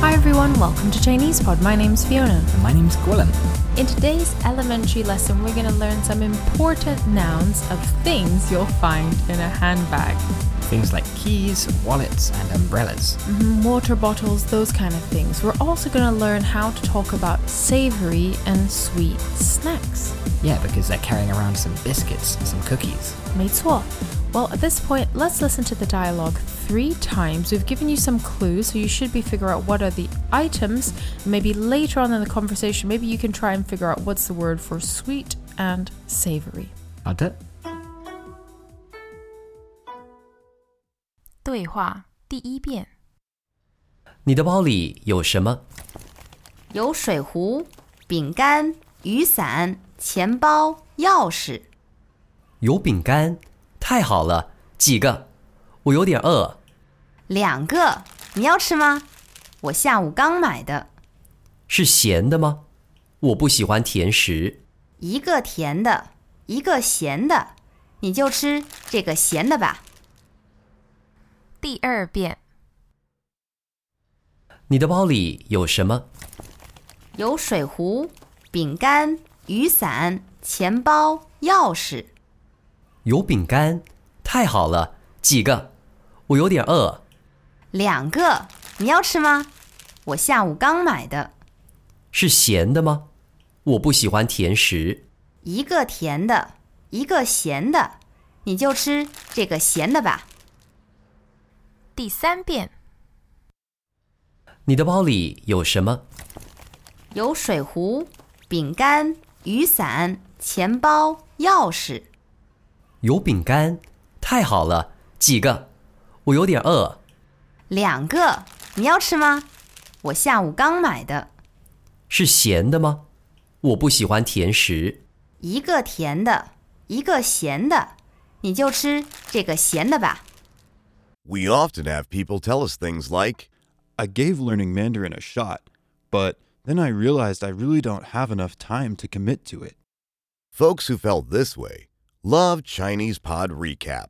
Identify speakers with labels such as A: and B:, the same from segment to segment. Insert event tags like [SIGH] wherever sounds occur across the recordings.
A: Hi everyone, welcome to Chinese Pod. My name's Fiona.
B: And my name's Gwilym.
A: In today's elementary lesson, we're going to learn some important nouns of things you'll find in a handbag.
B: Things like keys, wallets, and umbrellas.
A: Mhm, Water bottles, those kind of things. We're also going to learn how to talk about savory and sweet snacks.
B: Yeah, because they're carrying around some biscuits, some cookies.
A: 没错. Well, at this point, let's listen to the dialogue three times. We've given you some clues, so you should be figure out what are the items. Maybe later on in the conversation, maybe you can try and figure out what's the word for sweet and savory.
B: 好的，
A: 对话第一遍。
C: 你的包里有什么？
D: 有水壶、饼干、雨伞、钱包、钥匙。
C: 有饼干，太好了！几个？我有点饿。
D: 两个，你要吃吗？我下午刚买的，
C: 是咸的吗？我不喜欢甜食。
D: 一个甜的，一个咸的，你就吃这个咸的吧。
C: 你的包里有什么？
D: 有水壶、饼干、雨伞、钱包、钥匙。
C: 有饼干，太好了！几个？我有点饿。
D: 两个，你要吃吗？我下午刚买的，
C: 是咸的吗？我不喜欢甜食。
D: 一个甜的，一个咸的，你就吃这个咸的吧。
C: 你的包里有什么？
D: 有水壶、饼干、雨伞、钱包、钥匙。
C: 有饼干，太好了！几个？我有点饿。
D: 两个，你要吃吗？我下午刚买的，
C: 是咸的吗？我不喜欢甜食。
D: 一个甜的，一个咸的，你就吃这个咸的吧。
E: We often have people tell us things like,
F: I gave learning Mandarin a shot, but then I realized I really don't have enough time to commit to it.
E: folks who felt this way love Chinese Pod Recap.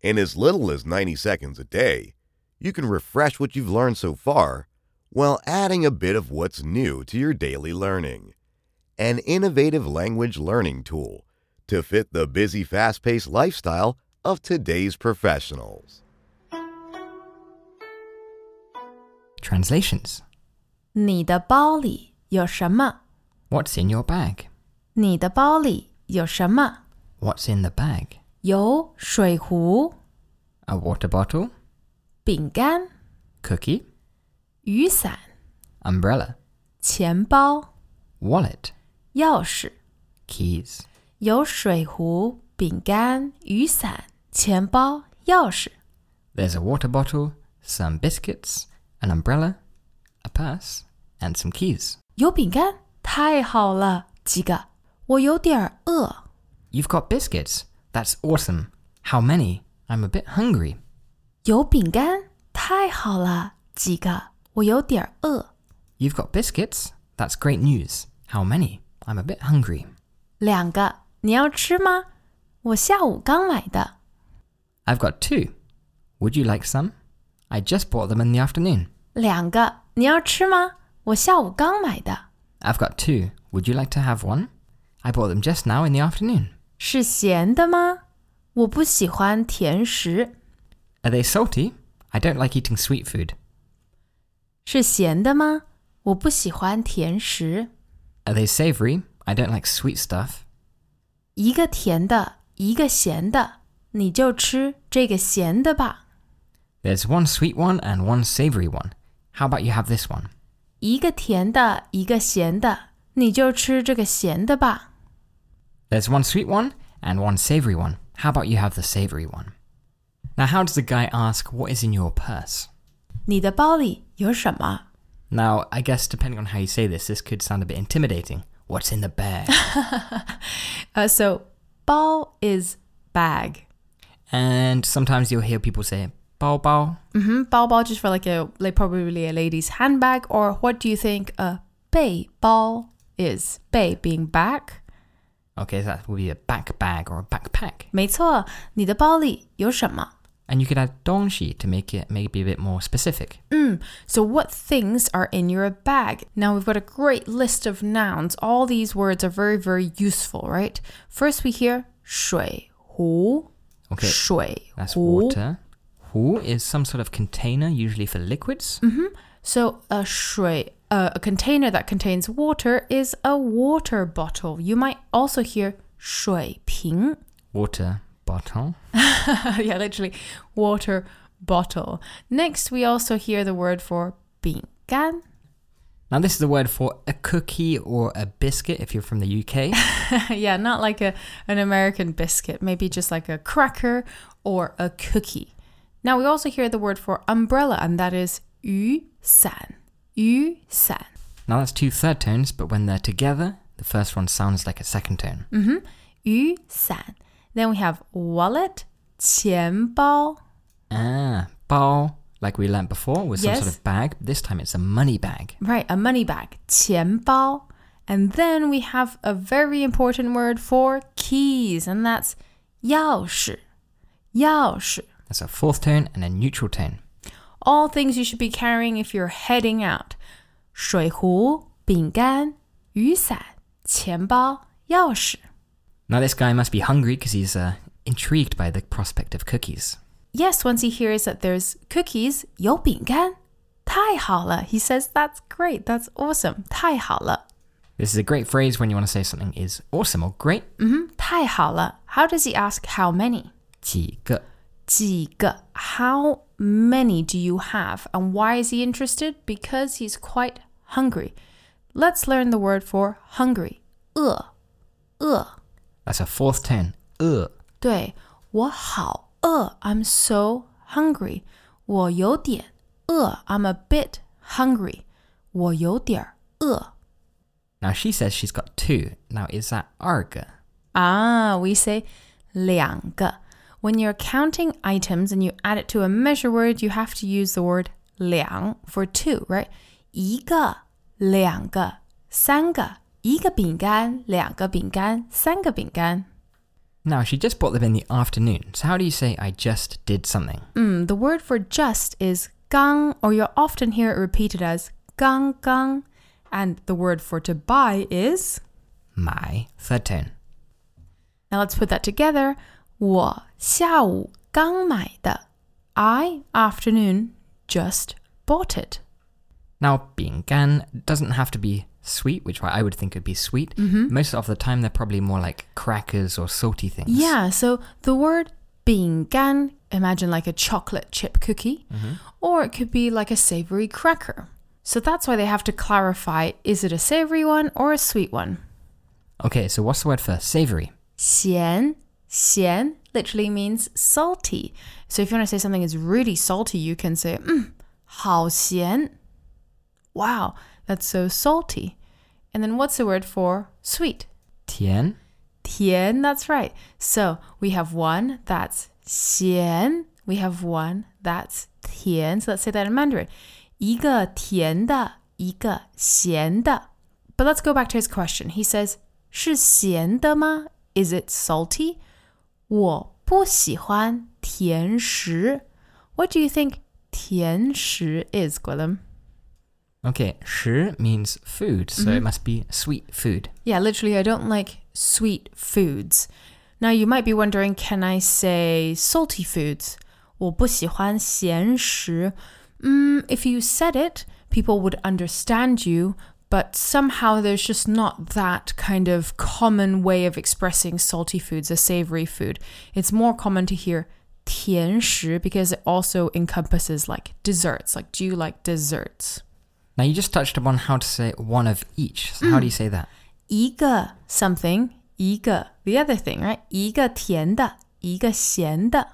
E: In as little as 90 seconds a day, you can refresh what you've learned so far while adding a bit of what's new to your daily learning. An innovative language learning tool to fit the busy, fast paced lifestyle of today's professionals.
B: Translations.
A: 你的包里有什么？
B: What's in your bag?
A: 你的包里有什么？
B: What's in the bag?
A: 有水壶、饼干、雨伞、钱包、钥匙。
B: A water bottle, cookie, umbrella, wallet, keys.
A: 有水壶、饼干、雨伞、钱包、钥匙。
B: There's a water bottle, some biscuits, an umbrella, a purse, and some keys.
A: 有饼干，太好了！几个？我有点儿饿。
B: You've got biscuits. That's awesome. How many? I'm a bit hungry.
A: 有饼干，太好了！几个？我有点儿饿。
B: You've got biscuits. That's great news. How many? I'm a bit hungry.
A: 两个，你要吃吗？我下午刚买的。
B: I've got two. Would you like some? I just bought them in the afternoon.
A: 两个，你要吃吗？我下午刚买的，
B: I've got two. Would you like to have one? I bought them just now in the afternoon.
A: 是咸的吗？我不喜欢甜食，
B: Are they salty? I don't like eating sweet food.
A: 是咸的吗？我不喜欢甜食。
B: Are they savory? I don't like sweet stuff.
A: 一个甜的，一个咸的，你就吃这个咸的吧。
B: There's one sweet one and one savory one. How about you have this one?
A: 一个甜的，一个咸的，你就吃这个咸的吧。
B: There's one sweet one and one savory one. How about you have the savory one? Now, how does the guy ask what is in your purse?
A: 你的包里有什么？ [LAUGHS]
B: Now, I guess depending on how you say this, this could sound a bit intimidating. What's in the bag?
A: 呃、s o 包 is bag。
B: and sometimes you'll hear people say bao bao.
A: 嗯哼，包包 Mm-hmm. just for like a like probably a lady's handbag or what do you think a 背包 is？背 being back。
B: Okay, so that would be a back bag or a backpack.
A: 没错，你的包里有什么？
B: And you could add dongshi to make it maybe a bit more specific.
A: So, what things are in your bag? Now, we've got a great list of nouns. All these words are very, very useful, right? First, we hear 水壶,
B: Okay.
A: 水壶.
B: That's water. Hu is some sort of container, usually for liquids.
A: So, a 水, uh, a container that contains water is a water bottle. You might also hear 水瓶.
B: Water bottle.
A: [LAUGHS] yeah, literally, water bottle. Next, we also hear the word for 饼干.
B: Now, this is the word for a cookie or a biscuit if you're from the UK.
A: [LAUGHS] yeah, not like a an American biscuit, maybe just like a cracker or a cookie. Now we also hear the word for umbrella, and that is 雨伞.雨伞.
B: now, that's two third tones, but when they're together, the first one sounds like a second tone.
A: 雨伞. Then we have wallet, 钱包.
B: Ah, bao, like we learnt before, was some
A: Yes.
B: sort of bag. This time it's a money bag.
A: Right, a money bag, 钱包. And then we have a very important word for keys, and that's 钥匙.钥匙.
B: That's a fourth tone and a neutral tone.
A: all things you should be carrying if you're heading out. 水壶、饼干、雨伞、钱包、钥匙.
B: Now, this guy must be hungry because he's uh, intrigued by the prospect of cookies.
A: Yes, once he hears that there's cookies, 有饼干,太好了. He says, that's great, that's awesome, 太好了.
B: This is a great phrase when you want to say something is awesome or great.
A: Mm-hmm. 太好了. How does he ask how many?
B: 几个.
A: 几个. How many do you have? And why is he interested? Because he's quite hungry. Let's learn the word for hungry. 饿,饿.
B: That's a fourth E. tone. 呃.
A: 对我好饿 I'm so hungry. 我有点饿 I'm a bit hungry. 我有点饿
B: Now she says she's got two. Now is that 二个?
A: Ah, we say 两个. When you're counting items and you add it to a measure word, you have to use the word 两 for two, right? 一个,两个,三个,一个饼干,两个饼干,三个饼干.
B: Now she just bought them in the afternoon. So how do you say I just did something?
A: Mm, the word for just is gang, or you'll often hear it repeated as gang gang. And the word for to buy is.
B: My third tone.
A: Now let's put that together. 我下午刚买的. I, afternoon, just bought it.
B: Now 饼干 doesn't have to be sweet, which I would think would be sweet.
A: Mm-hmm.
B: Most of the time they're probably more like crackers or salty things.
A: Yeah, so the word 饼干, imagine like a chocolate chip cookie, or it could be like a savory cracker. So that's why they have to clarify is it a savory one or a sweet one?
B: Okay, so what's the word for savory?
A: 咸,咸 literally means salty. So if you want to say something is really salty, you can say 嗯,好咸. Wow, that's so salty. And then what's the word for sweet?
B: 甜.
A: 甜, that's right. So we have one that's 咸, we have one that's 甜. So let's say that in Mandarin. 一个甜的,一个咸的. But let's go back to his question. He says, 是咸的吗? Is it salty? 我不喜欢甜食. What do you think 甜食 is, Gwilym?
B: Okay, 食 means food, so
A: Mm-hmm.
B: it must be sweet food.
A: Yeah, literally, I don't like sweet foods. Now, you might be wondering, can I say salty foods? 我不喜欢咸食. Mm, if you said it, people would understand you, but somehow there's just not that kind of common way of expressing salty foods, a savory food. It's more common to hear 甜食 because it also encompasses like desserts. Like, do you like desserts?
B: Now you just touched upon how to say one of each. So
A: Mm.
B: how do you say that?
A: 一个 something 一个 the other thing right 一个甜的一个咸的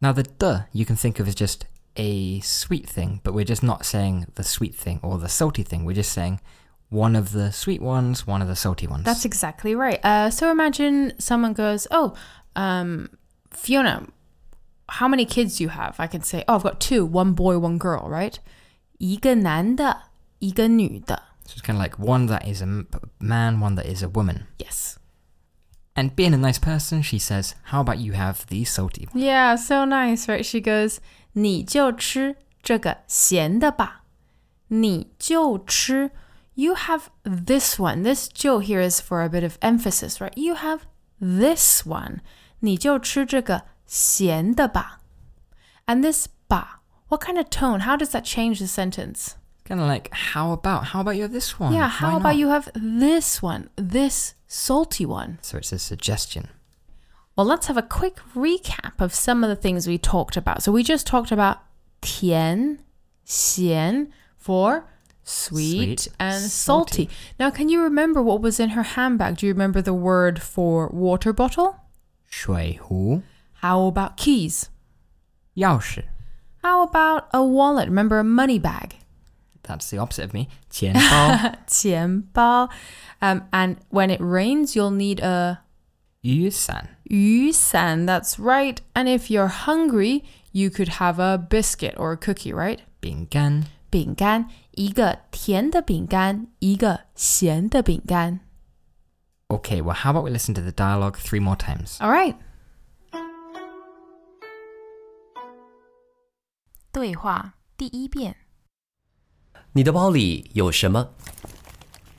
B: Now, the duh you can think of as just a sweet thing, but we're just not saying the sweet thing or the salty thing. We're just saying one of the sweet ones, one of the salty ones.
A: that's exactly right uh, so imagine someone goes oh um, Fiona how many kids do you have I can say oh I've got two one boy one girl right 一个男的一个女的
B: so it's kind of like one that is a m- man, one that is a woman.
A: yes
B: And being a nice person, she says, How about you have the salty one?
A: Yeah, so nice, right? She goes, 你就吃这个咸的吧。你就吃 You have this one. This 就 here is for a bit of emphasis, right? You have this one. 你就吃这个咸的吧。And this 吧, what kind of tone? How does that change the sentence?
B: Kind of like, How about? How about you have this one?
A: Yeah,
B: Why
A: how
B: not?"
A: about you have this one? This salty one.
B: So it's a suggestion.
A: Well, let's have a quick recap of some of the things we talked about. So we just talked about 甜,咸 for sweet,
B: Sweet,
A: and salty.
B: salty.
A: Now, can you remember what was in her handbag? Do you remember the word for water bottle?
B: Shui hu.
A: How about keys?
B: Yao shi.
A: How about a wallet? Remember a money bag?
B: That's the opposite of me.
A: [LAUGHS]
B: Qian bao.
A: 钱包. Um, and when it rains, you'll need a
B: Yu san.
A: 雨伞. That's right. And if you're hungry, you could have a biscuit or a cookie, right?
B: Bing gan.
A: 饼干，一个甜的饼干，一个咸的饼干。
B: Okay, well, how about we listen to the dialogue three more times?
A: All right。对话第一遍，
C: 你的包里有什么？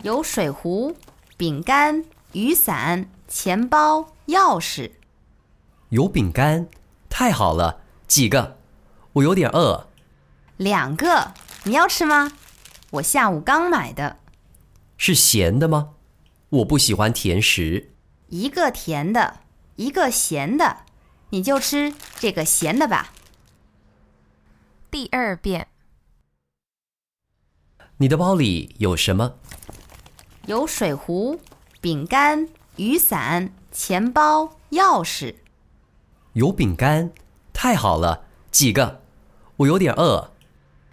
D: 有水壶、饼干、雨伞、钱包、钥匙。
C: 有饼干，太好了，几个？我有点饿，
D: 两个，你要吃吗？我下午刚买的，
C: 是咸的吗？我不喜欢甜食。
D: 一个甜的，一个咸的，你就吃这个咸的吧。
A: 第二遍，
C: 你的包里有什么？
D: 有水壶、饼干、雨伞、钱包、钥匙。
C: 有饼干，太好了，几个？我有点饿，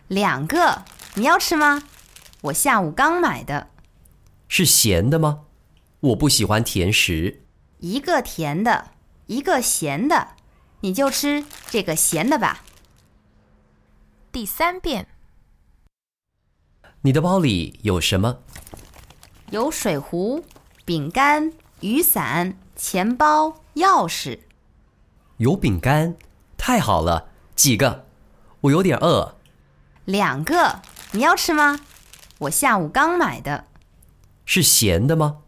D: 两个，你要吃吗？我下午刚买的，
C: 是咸的吗？我不喜欢甜食。
D: 一个甜的，一个咸的，你就吃这个咸的吧。
A: 第三遍，
C: 你的包里有什么？
D: 有水壶、饼干、雨伞、钱包、钥匙。
C: 有饼干，太好了，几个？我有点饿，
D: 两个，你要吃吗？我下午刚买的，
C: 是咸的吗？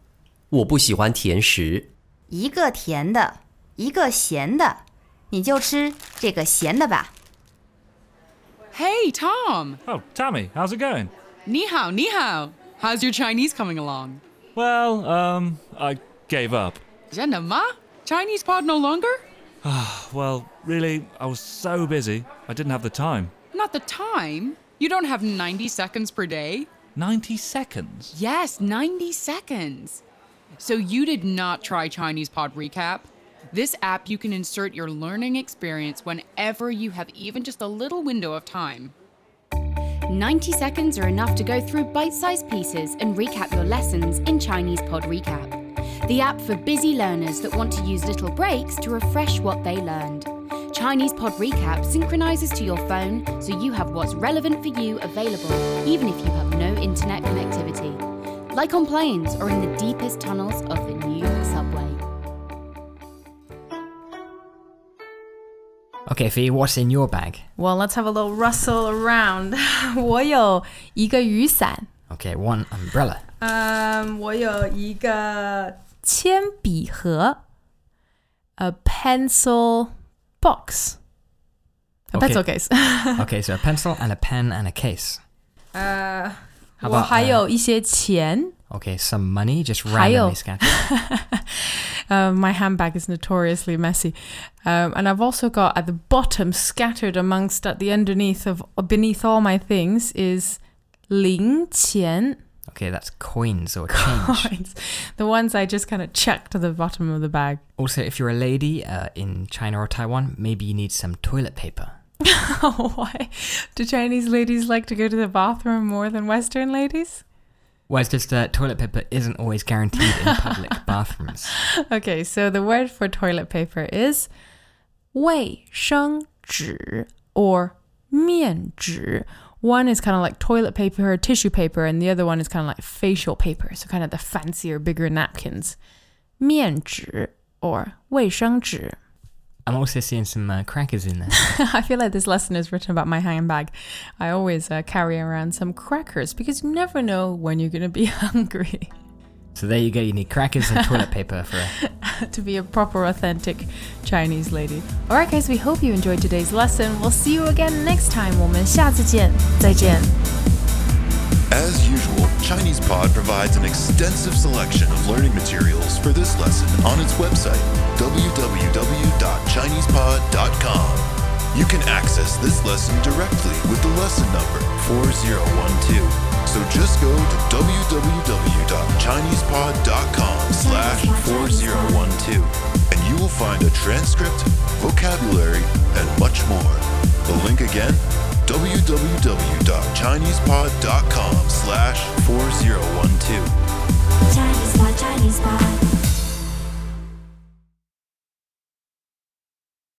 C: 我不喜欢甜食。
D: 一个甜的，一个咸的，你就吃这个咸的吧。
G: Hey, Tom!
H: Oh, Tammy, how's it going?
G: Ni hao, ni hao! How's your Chinese coming along?
H: Well, um, I gave up.
G: Jenna Ma? Chinese pod no longer?
H: Well, really, I was so busy, I didn't have the time.
G: Not the time. You don't have 90 seconds per day?
H: 90 seconds?
G: Yes, 90 seconds. So you did not try Chinese pod recap? This app, you can insert your learning experience whenever you have even just a little window of time.
I: 90 seconds are enough to go through bite sized pieces and recap your lessons in Chinese Pod Recap, the app for busy learners that want to use little breaks to refresh what they learned. Chinese Pod Recap synchronizes to your phone so you have what's relevant for you available, even if you have no internet connectivity, like on planes or in the deepest tunnels of the New York subway.
B: Okay, Fee, what's in your bag?
A: Well, let's have a little rustle around. [LAUGHS] 我有一个雨伞，
B: Okay, one umbrella.
A: 嗯，我有一个铅笔盒，a pencil box。A
B: Okay.
A: pencil case. [LAUGHS]
B: okay, so a pencil and a pen and a case.
A: 呃，
B: How
A: 我
B: about,
A: 还
B: uh,
A: 有一些钱。
B: Okay, some money just
A: 还有-
B: randomly
A: [LAUGHS]
B: scattered.
A: Uh, my handbag is notoriously messy, um, and I've also got at the bottom, scattered amongst at the underneath of beneath all my things, is 零钱
B: Okay, that's coins or
A: [LAUGHS]
B: change.
A: coins, the ones I just kind of chucked to the bottom of the
B: [LAUGHS]
A: bag. [LAUGHS]
B: Also, if you're a lady uh, in China or Taiwan, maybe you need some toilet paper.
A: Why do Chinese ladies like to go to the bathroom more than Western ladies?
B: Well, it's just uh, toilet paper isn't always guaranteed in public bathrooms.
A: Okay, so the word for toilet paper is 卫生纸 or 面纸. One is kind of like toilet paper or tissue paper, and the other one is kind of like facial paper, so kind of the fancier, bigger napkins. 面纸 or 卫生纸.
B: I'm also seeing some uh, crackers in there.
A: [LAUGHS] I feel like this lesson is written about my handbag. I always uh, carry around some crackers because you never know when you're going to be [LAUGHS] hungry.
B: so there you go. You need crackers and toilet paper for a
A: [LAUGHS] to be a proper, authentic Chinese lady. All right, guys, we hope you enjoyed today's lesson. We'll see you again next time. 我们下次见，再见。
J: As usual, ChinesePod provides an extensive selection of learning materials for this lesson on its website, www.chinesepod.com. You can access this lesson directly with the lesson number 4012. So just go to www.chinesepod.com slash 4012 and you will find a transcript, vocabulary, and much more. The link again, www.chinesepod.com slash 4012.
K: Chinese spot, Chinese spot.